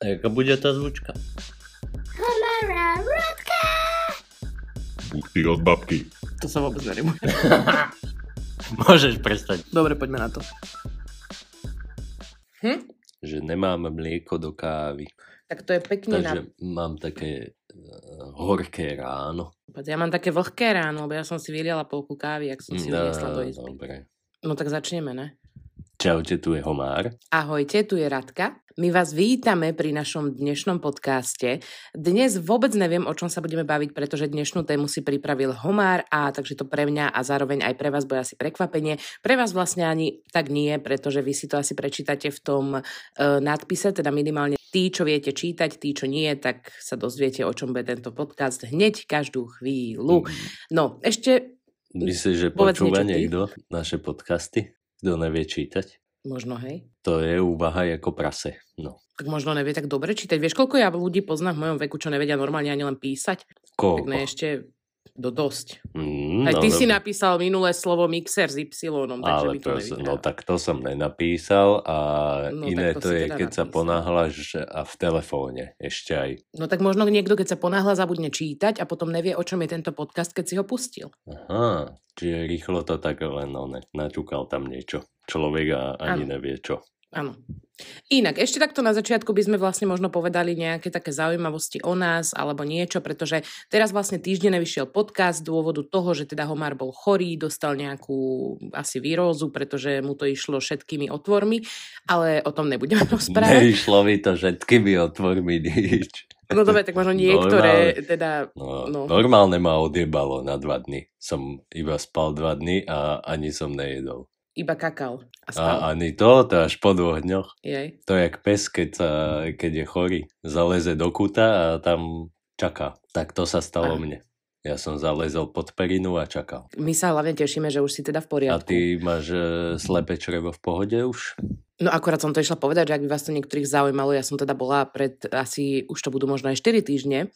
A jaká bude tá zvučka? Komara Rodka! Búrky od babky. To sa vôbec nerimuje. Môžeš prestať. Dobre, poďme na to. Hm? Že nemám mlieko do kávy. Tak to je pekne na... Takže mám také eh, horké ráno. Ja mám také vlhké ráno, lebo ja som si vyliala polku kávy, ak som si ju No, no, do izby. dobre. No tak začneme, ne? Čaute, tu je Homár. Ahojte, tu je Radka. My vás vítame pri našom dnešnom podcaste. Dnes vôbec neviem, o čom sa budeme baviť, pretože dnešnú tému si pripravil Homár a takže to pre mňa a zároveň aj pre vás bude asi prekvapenie. Pre vás vlastne ani tak nie, pretože vy si to asi prečítate v tom e, nadpise, teda minimálne tí, čo viete čítať, tí, čo nie, tak sa dozviete, o čom bude tento podcast hneď každú Mm. chvíľu. No, ešte Myslíš, že Povedz počúva niečo ty. niekto naše podcasty? Kto nevie čítať? možno, hej? To je úvaha ako prase. No. Tak možno nevie tak dobre čítať. Vieš, koľko ja ľudí poznám v mojom veku, čo nevedia normálne ani len písať? Tak Koľko? ne, ešte do dosť. Mm, Aj ty no, si dobre. napísal minulé slovo mixer s Y, takže Ale by to prosím, nevyhral. no tak to som nenapísal a No, no, tak iné to to, to si je, teda keď sa napísal. ponáhľaš a v telefóne ešte aj. no tak možno niekto, keď sa ponáhla, zabudne čítať a potom nevie, o čom je tento podcast, keď si ho pustil. Aha, čiže rýchlo to tak len one, naťukal tam niečo. Človek a ani Áno. nevie čo. Áno. Inak, ešte takto na začiatku by sme vlastne možno povedali nejaké také zaujímavosti o nás alebo niečo, pretože teraz vlastne týždeň nevyšiel podcast z dôvodu toho, že teda Homar bol chorý, dostal nejakú asi výrozu, pretože mu to išlo všetkými otvormi, ale o tom nebudeme rozprávať. Neišlo mi to všetkými otvormi nič. No dobre, tak možno niektoré, teda No, No. no. Normálne ma odjebalo na dva dny. Som iba spal dva dny a ani som nejedol. iba kakal a spal. A ani to, to až po dvoch dňoch. Jej. To je jak pes, keď, sa, keď je chorý. Zaleze do kuta a tam čaká. Tak to sa stalo Aha. mne. Ja som zalezol pod perinu a čakal. My sa hlavne tešíme, že už si teda v A poriadku. ty máš e, slepé črevo v pohode už? No akorát som to išla povedať, že ak by vás to niektorých zaujímalo, ja som teda bola pred asi, už to budú možno aj 4 týždne,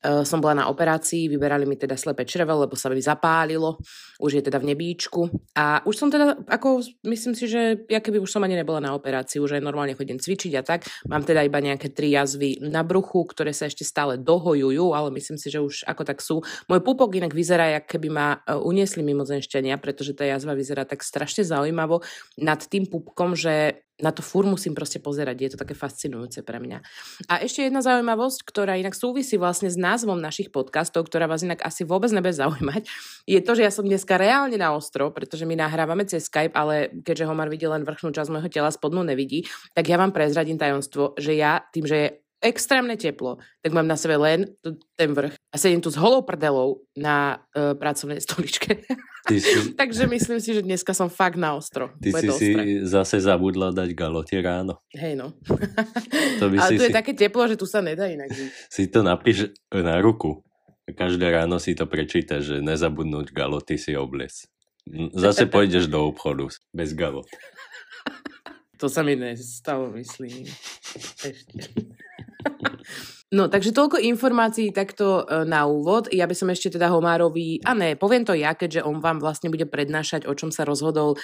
Eh, som bola na operácii, vyberali mi teda slepé črevo, lebo sa mi zapálilo, už je teda v nebíčku a už som teda, ako myslím si, že ja keby už som ani nebola na operácii, už aj normálne chodím cvičiť a tak, mám teda iba nejaké tri jazvy na bruchu, ktoré sa ešte stále dohojujú, ale myslím si, že už ako tak sú. Môj pupok inak vyzerá, jak keby ma eh, uniesli mimozenšťania, pretože tá jazva vyzerá tak strašne zaujímavo, nad tým pupkom, že na to fur musím proste pozerať. Je to také fascinujúce pre mňa. A ešte jedna zaujímavosť, ktorá inak súvisí vlastne s názvom našich podcastov, ktorá vás inak asi vôbec nebude zaujímať, je to, že ja som dneska reálne na ostro, pretože my nahrávame cez Skype, ale keďže Homar vidí len vrchnú časť môjho tela, spodnú nevidí, tak ja vám prezradím tajomstvo, že ja tým, že je extrémne teplo, tak mám na sebe len t- ten vrch a sedím tu s holou prdelou na e, pracovnej stoličke. Ty si, Takže myslím si, že dneska som fakt na ostro. ty Bude si, to si ostré. zase zabudla dať galote ráno. Hej no. To by Ale si, tu je si, také teplo, že tu sa nedá inak. žiť. si to napíš na ruku. Každé ráno si to prečíta, že nezabudnúť galoty si obliec. Mm, Zase pôjdeš do obchodu s- bez galot. To sa mi nestalo, myslím. Ešte. No, takže toľko informácií takto e, na úvod. Ja by som ešte teda Homárovi, a ne, poviem to ja, keďže on vám vlastne bude prednášať, o čom sa rozhodol e,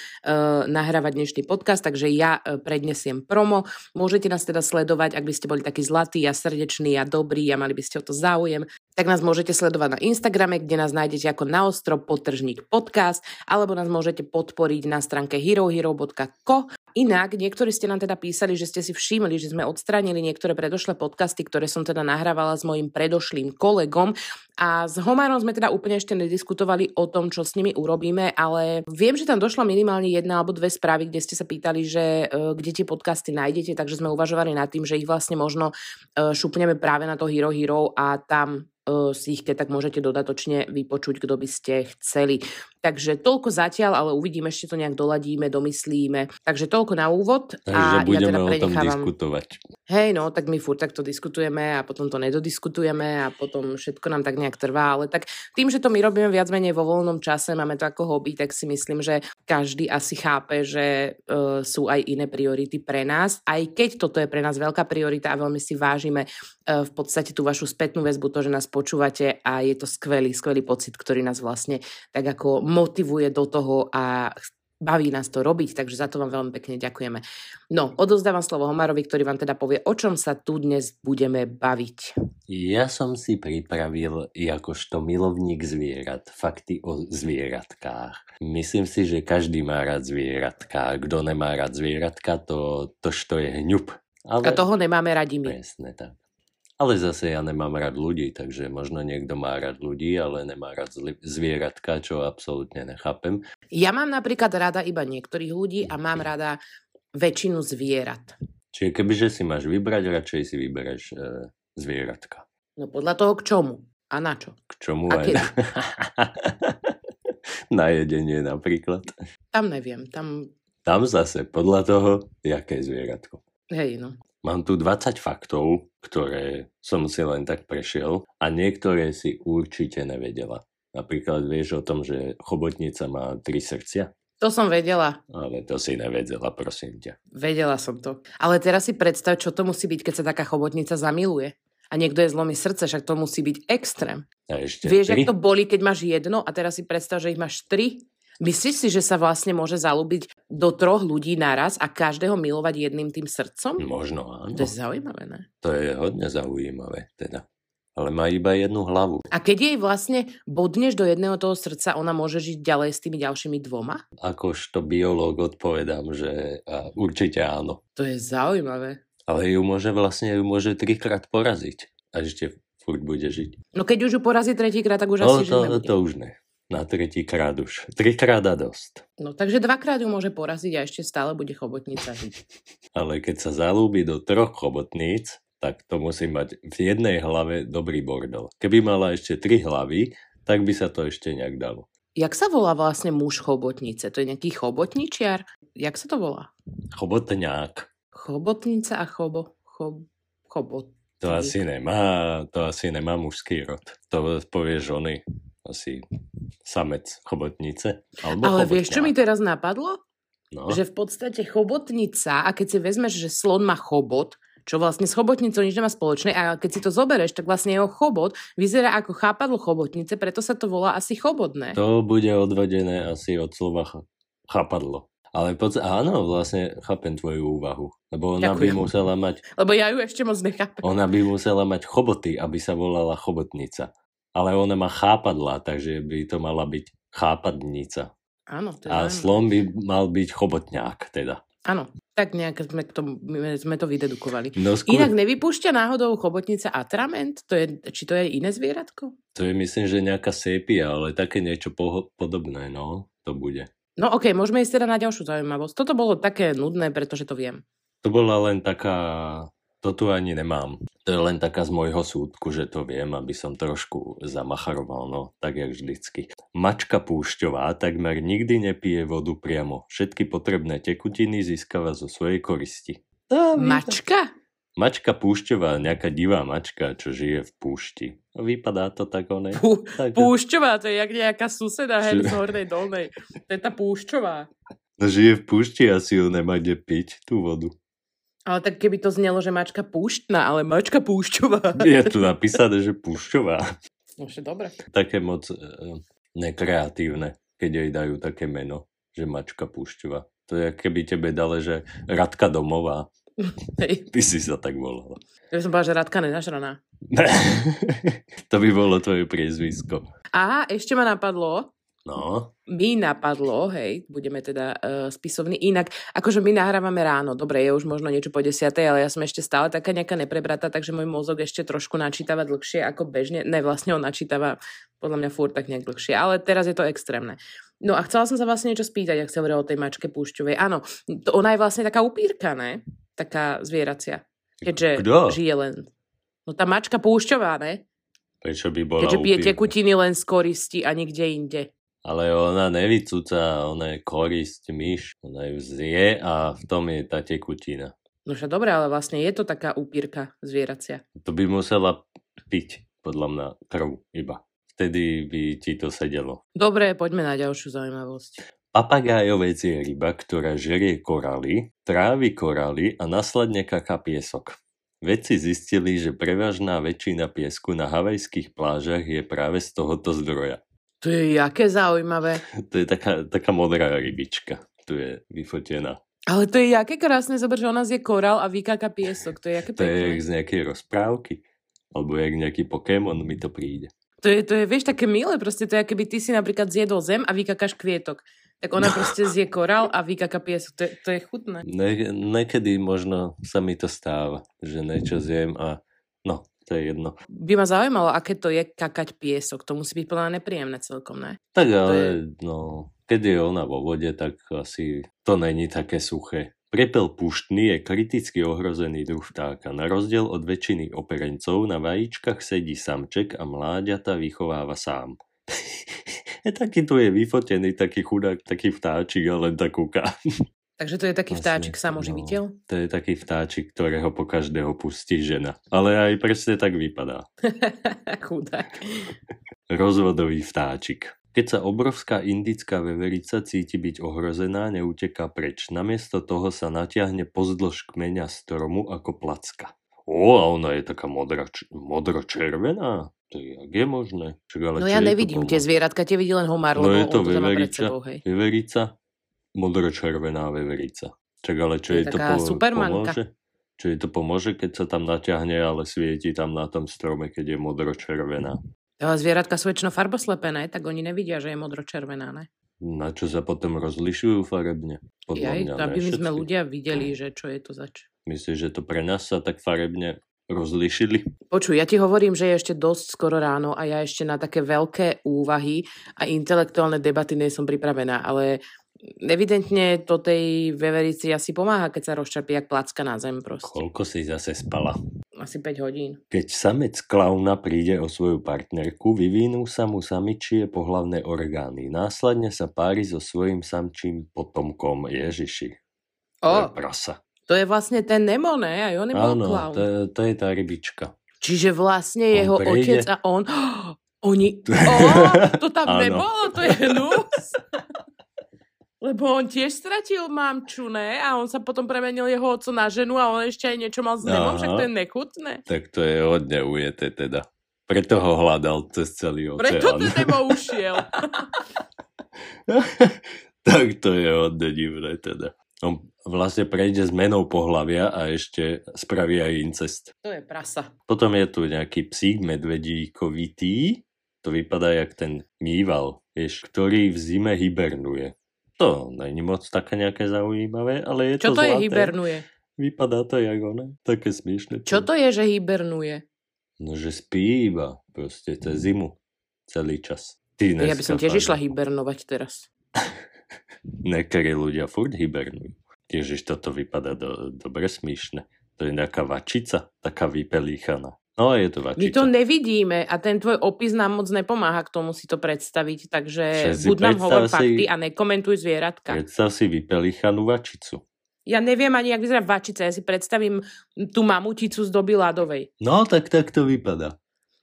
nahrávať dnešný podcast, takže ja e, prednesiem promo. Môžete nás teda sledovať, ak by ste boli takí zlatí a srdeční a dobrí a mali by ste o to záujem, tak nás môžete sledovať na Instagrame, kde nás nájdete ako naostro potržník podcast, alebo nás môžete podporiť na stránke herohero.co Inak, niektorí ste nám teda písali, že ste si všimli, že sme odstránili niektoré predošlé podcasty, ktoré som teda nahrávala s mojim predošlým kolegom. A s Homárom sme teda úplne ešte nediskutovali o tom, čo s nimi urobíme, ale viem, že tam došla minimálne jedna alebo dve správy, kde ste sa pýtali, že e, kde tie podcasty nájdete, takže sme uvažovali nad tým, že ich vlastne možno e, šupneme práve na to Hero Hero a tam e, si ich keď tak môžete dodatočne vypočuť, kto by ste chceli. Takže toľko zatiaľ, ale uvidíme, ešte to nejak doladíme, domyslíme. Takže toľko na úvod Takže a ja budeme o teda tom prenechávam. diskutovať. Hej, no, tak my furt takto diskutujeme a potom to nedodiskutujeme a potom všetko nám tak nejak trvá, ale tak tým, že to my robíme viac menej vo voľnom čase, máme to ako hobby, tak si myslím, že každý asi chápe, že uh, sú aj iné priority pre nás, aj keď toto je pre nás veľká priorita a veľmi si vážime uh, v podstate tú vašu spätnú väzbu, to, že nás počúvate a je to skvelý, skvelý pocit, ktorý nás vlastne tak ako motivuje do toho a baví nás to robiť, takže za to vám veľmi pekne ďakujeme. No, odovzdávam slovo Homarovi, ktorý vám teda povie, o čom sa tu dnes budeme baviť. Ja som si pripravil jakožto milovník zvierat fakty o zvieratkách. Myslím si, že každý má rád zvieratka. Kto nemá rád zvieratka, to, to što je hňup. Ale... A toho nemáme radi my. Presne tak. Ale zase ja nemám rád ľudí, takže možno niekto má rád ľudí, ale nemá rád zli- zvieratka, čo absolútne nechápem. Ja mám napríklad rada iba niektorých ľudí a mám rada väčšinu zvierat. Čiže kebyže si máš vybrať, radšej si vybereš e, zvieratka. No podľa toho k čomu a na čo. K čomu A aj... kedy? na jedenie napríklad. Tam neviem, tam, Tam zase podľa toho, jaké zvieratko. hej no. Mám tu 20 faktov, ktoré som si len tak prešiel a niektoré si určite nevedela. Napríklad vieš o tom, že chobotnica má tri srdcia? To som vedela, Ale to si nevedela, prosím ťa. vedela som to. Ale teraz si predstav, čo to musí byť, keď sa taká chobotnica zamiluje. A niekto je zlomí srdce, však to musí byť extrém. A ešte Vieš, tri? jak to boli, keď máš jedno a teraz si predstav, že ich máš tri? Myslíš si, že sa vlastne môže zalúbiť do troch ľudí naraz a každého milovať jedným tým srdcom? Možno áno. To je zaujímavé, ne? To je hodne zaujímavé, teda. Ale má iba jednu hlavu. A keď jej vlastne bodneš do jedného toho srdca, ona môže žiť ďalej s tými ďalšími dvoma? Akožto biológ odpovedám, že a, určite áno. To je zaujímavé. Ale ju môže vlastne ju môže trikrát poraziť. A ešte furt bude žiť. No keď už ju porazí tretíkrát, tak už no asi žiť to, nebude. to už ne. Na tretí krát už. Trikrát a dosť. No takže dvakrát ju môže poraziť a ešte stále bude chobotnica žiť. Ale keď sa zalúbi do troch chobotníc, tak to musí mať v jednej hlave dobrý bordel. Keby mala ešte tri hlavy, tak by sa to ešte nejak dalo. Jak sa volá vlastne muž chobotnice? To je nejaký chobotničiar? Jak sa to volá? Chobotňák. Chobotnica a chobo... Chob, chobot. To Ty. asi nemá, to asi nemá mužský rod. To povie žony. Asi samec chobotnice. Alebo Ale vieš, čo mi chobotňák. teraz napadlo? no, Že v podstate chobotnica, a keď si vezmeš, že slon má chobot, čo vlastne s chobotnicou nič nemá spoločné, a keď si to zoberieš, tak vlastne jeho chobot vyzerá ako chápadlo chobotnice, preto sa to volá asi chobotné. To To... bude odvedené asi od slova ch- chápadlo. Ale poď, áno, vlastne chápem tvoju úvahu. Lebo ona by, Ďakujem. musela mať, Lebo ja ju ešte moc nechápem. ona by musela mať choboty, aby sa volala chobotnica. Ale ona má chápadla, takže by to mala byť chápadnica. Áno, to je A zaujímavé. slon by mal byť chobotňák teda. Áno, tak nejak sme, k tomu, my sme to vydedukovali. No skôr, Inak nevypúšťa náhodou chobotnica atrament? To je, či to je iné zvieratko? to je myslím, že nejaká sépia, ale také niečo poho- podobné, no, to bude. No okej, môžeme ísť teda na ďalšiu zaujímavosť. Toto bolo také nudné, pretože to viem. To bola len taká... To tu ani nemám. To je len taká z môjho súdku, že to viem, aby som trošku zamacharoval, no, tak jak vždycky. Mačka púšťová takmer nikdy nepije vodu priamo. Všetky potrebné tekutiny získava zo svojej koristi. Mačka? Mačka púšťová, nejaká divá mačka, čo žije v púšti. Vypadá to tak onej. Pú, Tak, púšťová, to je jak nejaká suseda hen Že- z hornej dolnej. To je tá púšťová. no, žije v púšti a si ju nemá kde piť, tú vodu. Ale tak keby to znelo, že mačka púštna, ale mačka púšťová. Je tu napísané, že púšťová. No však dobre. také moc e, nekreatívne, keď jej dajú také meno, že mačka púšťová. To je, keby tebe dali, že Radka domová, Hej. by si sa tak volala. Ja by som povedala, že Radka nenažraná. to by bolo tvoje priezvisko. A ešte ma napadlo, No, mi napadlo, hej, budeme teda uh, spisovní inak, akože my nahrávame ráno, dobre, je už možno niečo po desiatej, ale ja som ešte stále taká nejaká neprebratá, takže môj mozog ešte trošku načítava dlhšie ako bežne, ne, vlastne on načítava podľa mňa furt tak nejak dlhšie, ale teraz je to extrémne. No a chcela som sa vlastne niečo spýtať, ak sa hovorilo o tej mačke púšťovej. Áno, to ona je vlastne taká upírka, ne? Taká zvieracia. Keďže Kto? žije len... No tá mačka púšťová, ne? prečo by bola Keďže pije upírka? tekutiny len z koristi a nikde inde. Ale ona nevycúca, ona je korisť myš, ona ju zje a v tom je tá tekutina. No však dobre, ale vlastne je to taká upírka zvieracia. To by musela piť, podľa mňa, krv iba. Vtedy by ti to sedelo. Dobre, poďme na ďalšiu zaujímavosť. Papagájovec je ryba, ktorá žerie koraly, trávi koraly a následne kaká piesok. Vedci zistili, že prevažná väčšina piesku na havajských plážach je práve z tohoto zdroja. To je jaké zaujímavé. To je taká, taká modrá rybička. Tu je vyfotená. Ale to je jaké krásne, zober, že u nás je korál a vykáka piesok. To je jaké To je pekné. jak z nejakej rozprávky. Alebo jak nejaký Pokémon mi to príde. To je, to je, vieš, také milé, proste to je, keby ty si napríklad zjedol zem a vykakáš kvietok. Tak No. ona proste zje korál a vykaká piesok. To je, to je chutné. Ne, niekedy možno sa mi to stáva, že niečo zjem a no, to je jedno. By ma zaujímalo, aké to je kakať piesok. To musí byť podľa mňa nepríjemné celkom, ne? Tak ale, no, keď je ona vo vode, tak asi to není také suché. Prepel puštný je kriticky ohrozený druh vtáka. Na rozdiel od väčšiny operencov na vajíčkach sedí samček a mláďata vychováva sám. E, taký tu je vyfotený, taký chudák, taký vtáčik a len tak kúka. Takže to je taký Asi, vtáčik no. samoživiteľ. To je taký vtáčik, ktorého po každého pustí žena. Ale aj presne tak vypadá. Chudák. Rozvodový vtáčik. Keď sa obrovská indická veverica cíti byť ohrozená, neuteká preč. Namiesto toho sa natiahne pozdĺž kmeňa stromu ako placka. O, a ona je taká modroč- modročervená. To je, jak je možné? Čak, ale No čo ja je to nevidím pomo- tie zvieratka, tie vidí len homár, No je lebo on to to tam má pred veveriča. sebou, hej. Veverica? Modročervená veverica. Čak, ale čo To je je to taká po- supermanka. pomôže? Čo jej to pomôže, keď sa tam natiahne, ale svieti tam na tom strome, keď je modročervená? Ale zvieratka sú väčšinou farboslepené, tak oni nevidia, že je modročervená, ne? Na čo sa potom rozlišujú farebne? Podľa Jaj, mňa to ne aby my sme všetci. ľudia videli, že čo je to zač. Myslíš, že to pre nás sa tak farebne rozlišili? Počuj, ja ti hovorím, že je ešte dosť skoro ráno a ja ešte na také veľké úvahy a intelektuálne debaty nie som pripravená, ale evidentne to tej veverici asi pomáha, keď sa rozčapí jak placka na zem proste. Koľko si zase spala? Asi 5 hodín. Keď samec klauna príde o svoju partnerku, vyvinú sa mu samičie pohlavné orgány. Následne sa pári so svojím samčím potomkom Ježiši. To je O, prasa. to je vlastne ten Nemo, ne? Aj on je bol Áno, klaun. to, je- to je tá rybička. Čiže vlastne On jeho prejde. otec a on... Oni... Ó, to Áno. tam nebolo, to je hnus. Lebo on tiež stratil mamču, ne? A on sa potom premenil jeho oco na ženu a on ešte aj niečo mal s Aha. nemom, však to je nechutné. Tak to je hodne ujete teda. Preto ho hľadal cez celý oceán. Preto ten Nemo ušiel. tak to je hodne divné teda. On vlastne prejde zmenou pohlavia a ešte spraví aj incest. To je prasa. Potom je tu nejaký psík medvedíkovitý, to vypadá jak ten mýval, vieš, ktorý v zime hibernuje. To není moc také nejaké zaujímavé, ale je Čo to to, je zlaté. hibernuje? Vypadá to jak ono, také smiešne. Čo to je, že hibernuje? No, že spí iba, proste cez zimu, celý čas. Ty ja by som tiež išla hibernovať teraz. Niektorí ľudia furt hibernujú. Ježiš, toto vypadá do, dobre smiešne. To je nejaká vačica, taká vypelíchaná. No a je to vačica. My to nevidíme a ten tvoj opis nám moc nepomáha k tomu si to predstaviť, Že takže si buď nám predstav hovor si- fakty a nekomentuj zvieratka. Predstav si vypelíchanú vačicu. Ja neviem ani, jak vyzerá vačica. Ja si predstavím tú mamuticu z doby ľadovej. No, tak tak to vypadá.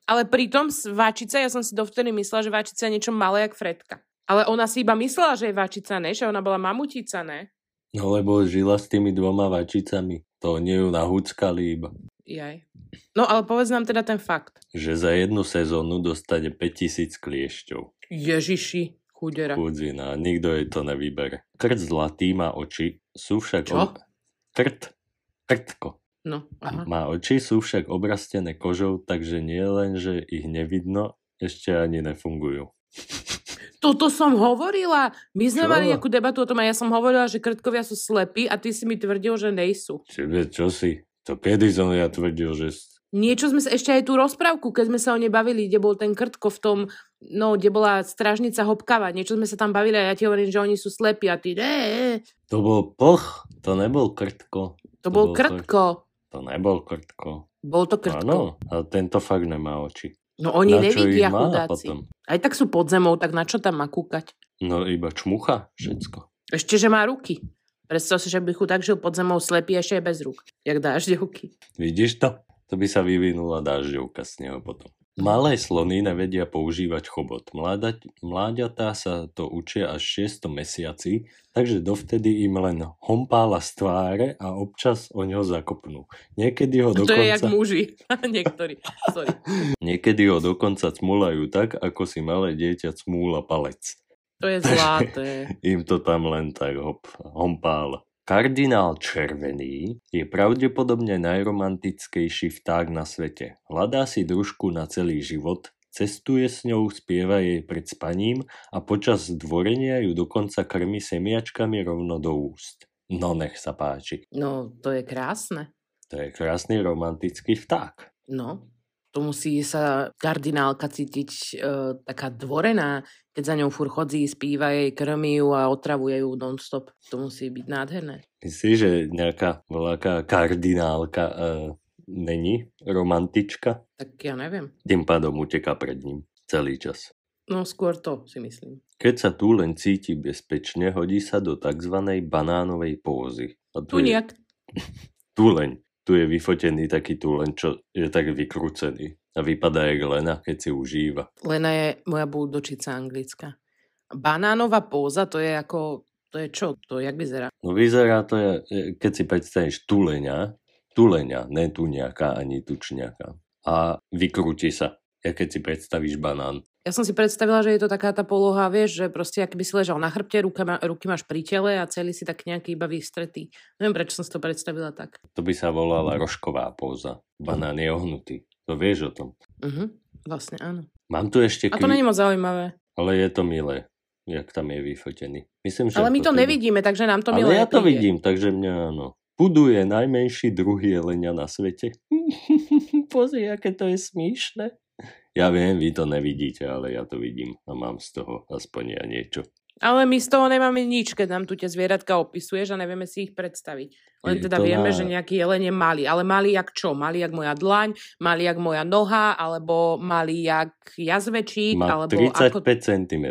Ale pritom s- vačica, ja som si dovtedy myslela, že vačica je niečo malé jak fredka. Ale ona si iba myslela, že je vačica, ne? Že ona bola mamutica, ne? No, lebo žila s tými dvoma vačicami. To oni ju nahúckali iba. Jaj. No ale povedz nám teda ten fakt. Že za jednu sezónu dostane 5000 kliešťov. Ježiši, chudera. Kudzina, nikto jej to nevybere. Krt zlatý má oči, sú však... Čo? Krt. Krtko. No, aha. Má oči, sú však obrastené kožou, takže nie len, že ich nevidno, ešte ani nefungujú. Toto som hovorila. My sme Čo? mali nejakú debatu o tom a ja som hovorila, že krtkovia sú slepí a ty si mi tvrdil, že nejsú. Tebe čo si? To kedy som ja tvrdil, že... s- Niečo sme sa ešte aj tú rozprávku, keď sme sa o nej bavili, kde bol ten krtko v tom, no, kde bola stražnica hopkáva, niečo sme sa tam bavili a ja ti hovorím, že oni sú slepí a ty, ne, To bol plch, to nebol krtko. to To bol bol krtko. To nebol krtko. Bol to krtko. Áno, a tento fakt nemá oči. No oni Na čo ich nevidia má chudáci. potom? Aj tak sú pod zemou, tak na čo tam má kúkať? No iba čmucha všetko. Ešte, že má ruky. Predstav si, že by chudák žil pod zemou slepý ešte aj bez rúk. Jak dáš ruky. Vidíš to? To by sa vyvinula dážďovka z neho potom. Malé slony nevedia používať chobot. Mláda, mláďatá sa to učia až 6 mesiaci, takže dovtedy im len hompála z tváre a občas o ňo zakopnú. Niekedy ho To je jak dokonca... muži, niektorí. Sorry. Niekedy ho dokonca cmulajú tak, ako si malé dieťa cmúla palec. To je zlaté. Im to tam len tak hop, hompála. Kardinál Červený je pravdepodobne najromantickejší vták na svete. Hľadá si družku na celý život, cestuje s ňou, spieva jej pred spaním a počas dvorenia ju dokonca krmi semiačkami rovno do úst. No nech sa páči. No, to je krásne. To je krásny romantický vták. No, to musí sa kardinálka cítiť e, taká dvorená, keď za ňou fur chodí, spíva jej, krmí ju a otravuje ju non-stop. To musí byť nádherné. Myslíš, že nejaká veľká kardinálka e, není romantička? Tak ja neviem. Tým pádom uteká pred ním celý čas. No, skôr to si myslím. Keď sa tu len cíti bezpečne, hodí sa do tzv. banánovej pózy. A tu je Tuniak. túleň. Tu je vyfotený taký túleň, čo je tak vykrúcený. A vypadá jak lena, keď si užíva. Lena je moja buldočica anglická. Banánová póza, to je ako... To je čo? To jak vyzerá? No vyzerá to, je- je- keď si predstavíš tuleňa, tuleňa, ne tuňaka ani tučňaka. A vykrúti sa, ja keď si predstavíš banán. Ja som si predstavila, že je to taká tá poloha, vieš, že proste ak by si ležal na chrbte, ruka ma, ruky máš pri tele a celý si tak nejaký iba vystretý. Neviem, prečo som si to predstavila tak. To by sa Mhm. volala rožková póza. Banán je ohnutý. To vieš o tom. Mhm, vlastne áno. Mám tu ešte A to není moc zaujímavé. ale je to milé, jak tam je vyfotený. Myslím, že Ale my ako to teda- nevidíme, takže nám to Ale milé ja to nepríde. vidím, takže mňa áno. Pudu je najmenší druh jelenia na svete. Pozri, aké to je smíšne. Ja viem, vy to nevidíte, ale ja to vidím a mám z toho aspoň ja niečo. Ale my z toho nemáme nič, keď nám tu tie zvieratka opisuješ a nevieme si ich predstaviť. Len Je to teda na- vieme, že nejaký jelen je malý. Ale malý jak čo? Malý jak moja dlaň, malý jak moja noha, alebo malý jak jazvečík, Má alebo 35 ako... cm,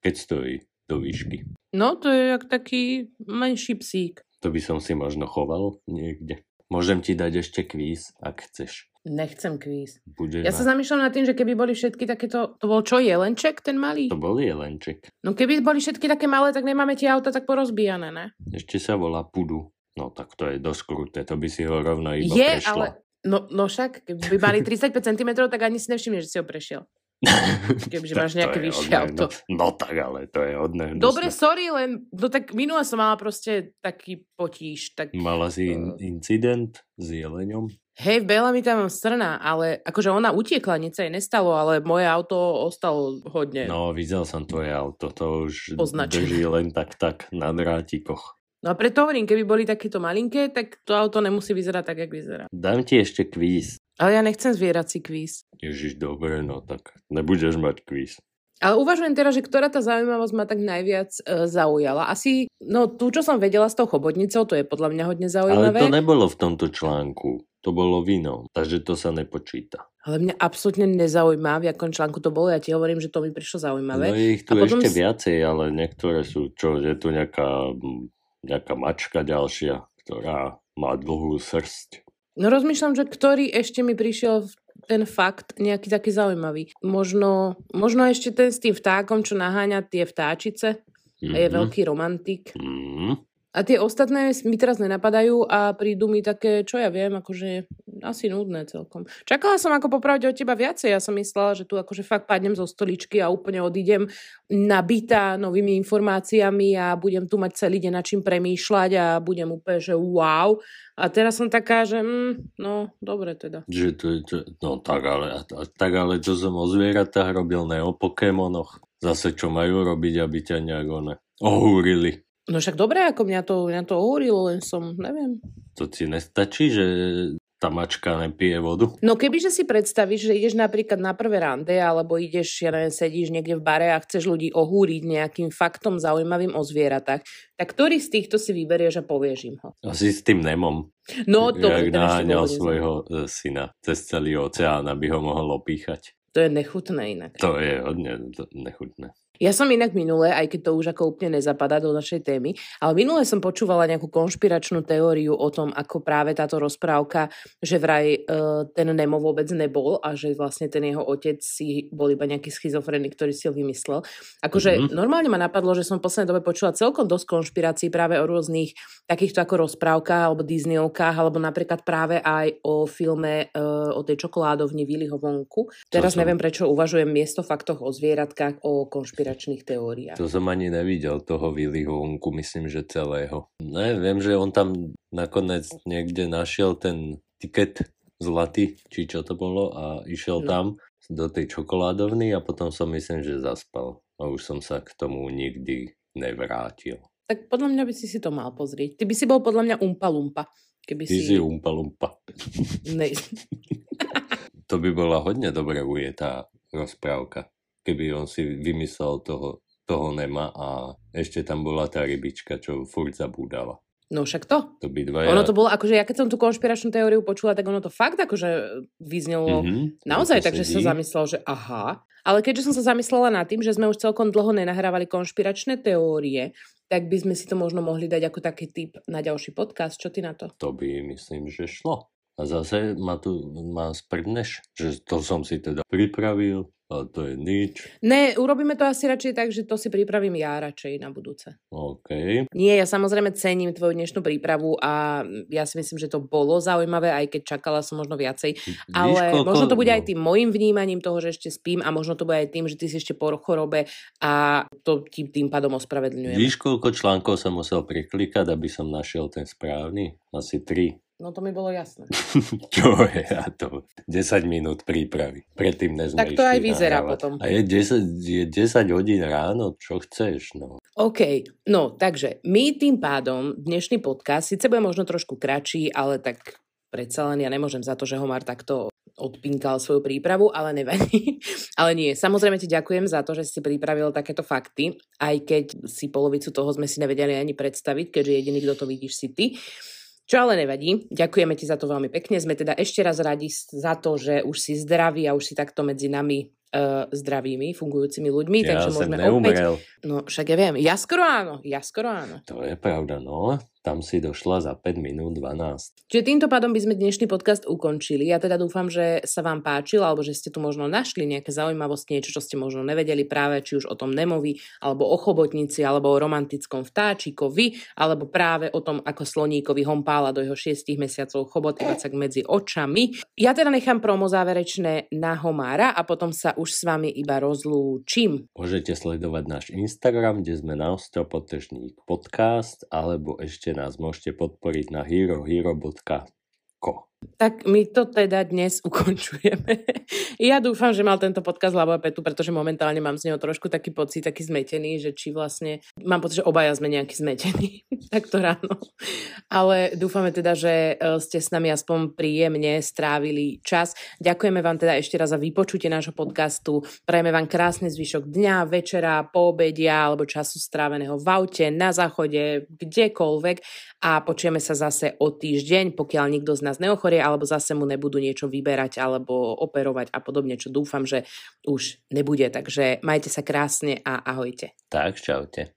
keď stojí do výšky. No, to je jak taký menší psík. To by som si možno choval niekde. Môžem ti dať ešte kvíz, ak chceš. Nechcem kvíz. Budeš Ja sa mať- zamýšľam nad tým, že keby boli všetky takéto... To bol čo, jelenček ten malý? To bol jelenček. No keby boli všetky také malé, tak nemáme tie auta tak porozbijané, ne? Ešte sa volá pudu. No tak to je dosť kruté, to by si ho rovno iba je, prešla. ale... No, no však, keby mali 35 cm, tak ani si nevšimne, že si ho prešiel. Kebyže Tak máš to nejaké je No, vyššie odmernú- auto. No tak ale, to je odnehnuté. Dobre, sorry, len... No tak minule som mala proste taký potíž, tak... Mala si Eh. in- incident s jeleňom? Hej, Bela mi tam strná, ale akože ona utiekla, nič sa jej nestalo, ale moje auto ostalo hodne. No, videl som tvoje auto, to už Označené. drží len tak tak na drátikoch. No a preto hovorím, keby boli takéto malinké, tak to auto nemusí vyzerať tak, jak vyzerá. Dám ti ešte kvíz. Ale ja nechcem zvierací kvíz. Ježiš, dobre, no tak nebudeš mať kvíz. Ale uvažujem teraz, že ktorá tá zaujímavosť ma tak najviac e, zaujala. Asi, no tú, čo som vedela s tou chobotnicou, to je podľa mňa hodne Ale zaujímavé. to nebolo v tomto článku, to bolo v inom, takže to sa nepočíta. Ale mňa absolútne nezaujíma, v jakom článku to bolo. Ja ti hovorím, že to mi prišlo No zaujímavé. je ich tu a potom ešte s- viacej, ale niektoré sú, čo, je tu nejaká, mm, nejaká mačka ďalšia, ktorá má dlhú srst. No rozmýšľam, že ktorý ešte mi prišiel v- ten fakt nejaký taký zaujímavý. Možno, možno ešte ten s tým vtákom, čo naháňa tie vtáčice. A je Mhm. veľký romantik. Mhm. A tie ostatné mi teraz nenapadajú a prídu mi také, čo ja viem, akože asi nudné celkom. Čakala som ako popravde od teba viacej, ja som myslela, že tu akože fakt padnem zo stoličky a úplne odídem nabitá novými informáciami a budem tu mať celý deň na čím premýšľať a budem úplne, že wow. A teraz som taká, že mm, no, dobre teda. Že to, je- to, no tak ale, a, a, tak ale čo som o zvieratách robil, ne o Pokémonoch. Zase čo majú robiť, aby ťa nejak one ohúrili. No však dobre, ako mňa to, mňa to hovorilo, len som, neviem, To ti nestačí, že tá mačka nepije vodu? No kebyže si predstavíš, že ideš napríklad na prvé rande, alebo ideš, ja neviem, sedíš niekde v bare a chceš ľudí ohúriť nejakým faktom zaujímavým o zvieratách, tak ktorý z týchto si vyberieš a povieš im ho? Asi s tým nemom, No to, jak ten ešte naháňal bol svojho e, syna cez celý oceán, aby ho mohol opíchať. neznámy. to je nechutné inak. To je hodne d- nechutné. Ja som inak minule, aj keď to už ako úplne nezapadá do našej témy, ale minule som počúvala nejakú konšpiračnú teóriu o tom, ako práve táto rozprávka, že vraj e, ten Nemo vôbec nebol a že vlastne ten jeho otec si bol iba nejaký schizofrenik, ktorý si ho vymyslel. Mhm. Akože mm-hmm. normálne ma napadlo, že som v poslednej dobe počula celkom dosť konšpirácií práve o rôznych takýchto ako rozprávkach alebo Disneyovkách, alebo napríklad práve aj o filme e, o tej čokoládovni Viliho vonku. Teraz som- neviem, prečo uvažujem miesto faktoch o zvieratkách, o konšpiračných teóriách. To som ani nevidel, toho Willyho unku, myslím, že celého. Ne, viem, že on tam nakoniec niekde našiel ten tiket zlatý, či čo to bolo, a išiel No. tam do tej čokoládovny a potom som myslím, že zaspal. A už som sa k tomu nikdy nevrátil. Tak podľa mňa by si si to mal pozrieť. Ty by si bol podľa mňa umpa lumpa. Keby Ty si umpa lumpa. Ne... To by bola hodne dobre ujetá rozprávka, keby on si vymyslel toho, toho nema a ešte tam bola tá rybička, čo furt zabúdala. No však to. To by dvaja... Ono to bolo, akože ja keď som tú konšpiračnú teóriu počula, tak ono to fakt akože vyznelo Mhm. Naozaj, To takže sedí. som zamyslel, že aha. Ale keďže som sa zamyslela nad tým, že sme už celkom dlho nenahrávali konšpiračné teórie, tak by sme si to možno mohli dať ako taký tip na ďalší podcast. Čo ty na to? To by myslím, že šlo. A zase ma tu ma sprdneš, že to som si teda pripravil, ale to je nič. Ne, urobíme to asi radšej tak, že to si pripravím ja radšej na budúce. OK. Nie, ja samozrejme cením tvoju dnešnú prípravu a ja si myslím, že to bolo zaujímavé, aj keď čakala som možno viacej. Ale Vidíš, koľko- možno to bude aj no, tým môjim vnímaním toho, že ešte spím a možno to bude aj tým, že ty si ešte po chorobe a to ti tým pádom ospravedlňujem. Vidíš, no, koľko článkov som musel preklikať, aby som našiel ten správny? Asi 3. No to mi bolo jasné. Čo je a to? 10 minút prípravy. Predtým nezme Tak to aj išli vyzerá nahrávať. potom. A je 10, je 10 hodín ráno, čo chceš, no. OK, no takže my tým pádom dnešný podcast síce bude možno trošku kratší, ale tak predsa len ja nemôžem za to, že Homar takto odpinkal svoju prípravu, ale nevadí. ale nie, samozrejme ti ďakujem za to, že si pripravil takéto fakty, aj keď si polovicu toho sme si nevedeli ani predstaviť, keďže jediný, kto to vidíš, si ty. Čo ale nevadí, ďakujeme ti za to veľmi pekne. Sme teda ešte raz radi s- za to, že už si zdravý a už si takto medzi nami eh, zdravými, fungujúcimi ľuďmi, ja takže som môžeme opäť neumrel. No však ja viem, ja skoro áno, ja skoro áno. To je pravda, no. Tam si došla za 5 minút 12. Čiže týmto pádom by sme dnešný podcast ukončili. Ja teda dúfam, že sa vám páčil, alebo že ste tu možno našli nejaké zaujímavosti, niečo, čo ste možno nevedeli práve, či už o tom Nemovi, alebo o chobotnici, alebo o romantickom vtáčikovi, alebo práve o tom, ako sloníkovi hompála do jeho šiestich mesiacov chobot tak medzi očami. Ja teda nechám promo záverečné na Homára a potom sa už s vami iba rozlúčim. Môžete sledovať náš Instagram, kde sme na Osteopotržník podcast, alebo ešte nás môžete podporiť na herohero.co. Tak my to teda dnes ukončujeme. Ja dúfam, že mal tento podcast Labo a Petu, pretože momentálne mám z neho trošku taký pocit, taký zmetený, že či vlastne... Mám pocit, že obaja sme nejaký zmetení takto ráno. Ale dúfame teda, že e, ste s nami aspoň príjemne strávili čas. Ďakujeme vám teda ešte raz za vypočutie nášho podcastu. Prajeme vám krásny zvyšok dňa, večera, poobedia alebo času stráveného v aute, na záchode, kdekoľvek a počujeme sa zase o týždeň, pokiaľ nikto z nás neochorie, alebo zase mu nebudú niečo vyberať alebo operovať a podobne, čo dúfam, že už nebude. Takže majte sa krásne a ahojte. Tak, čaute.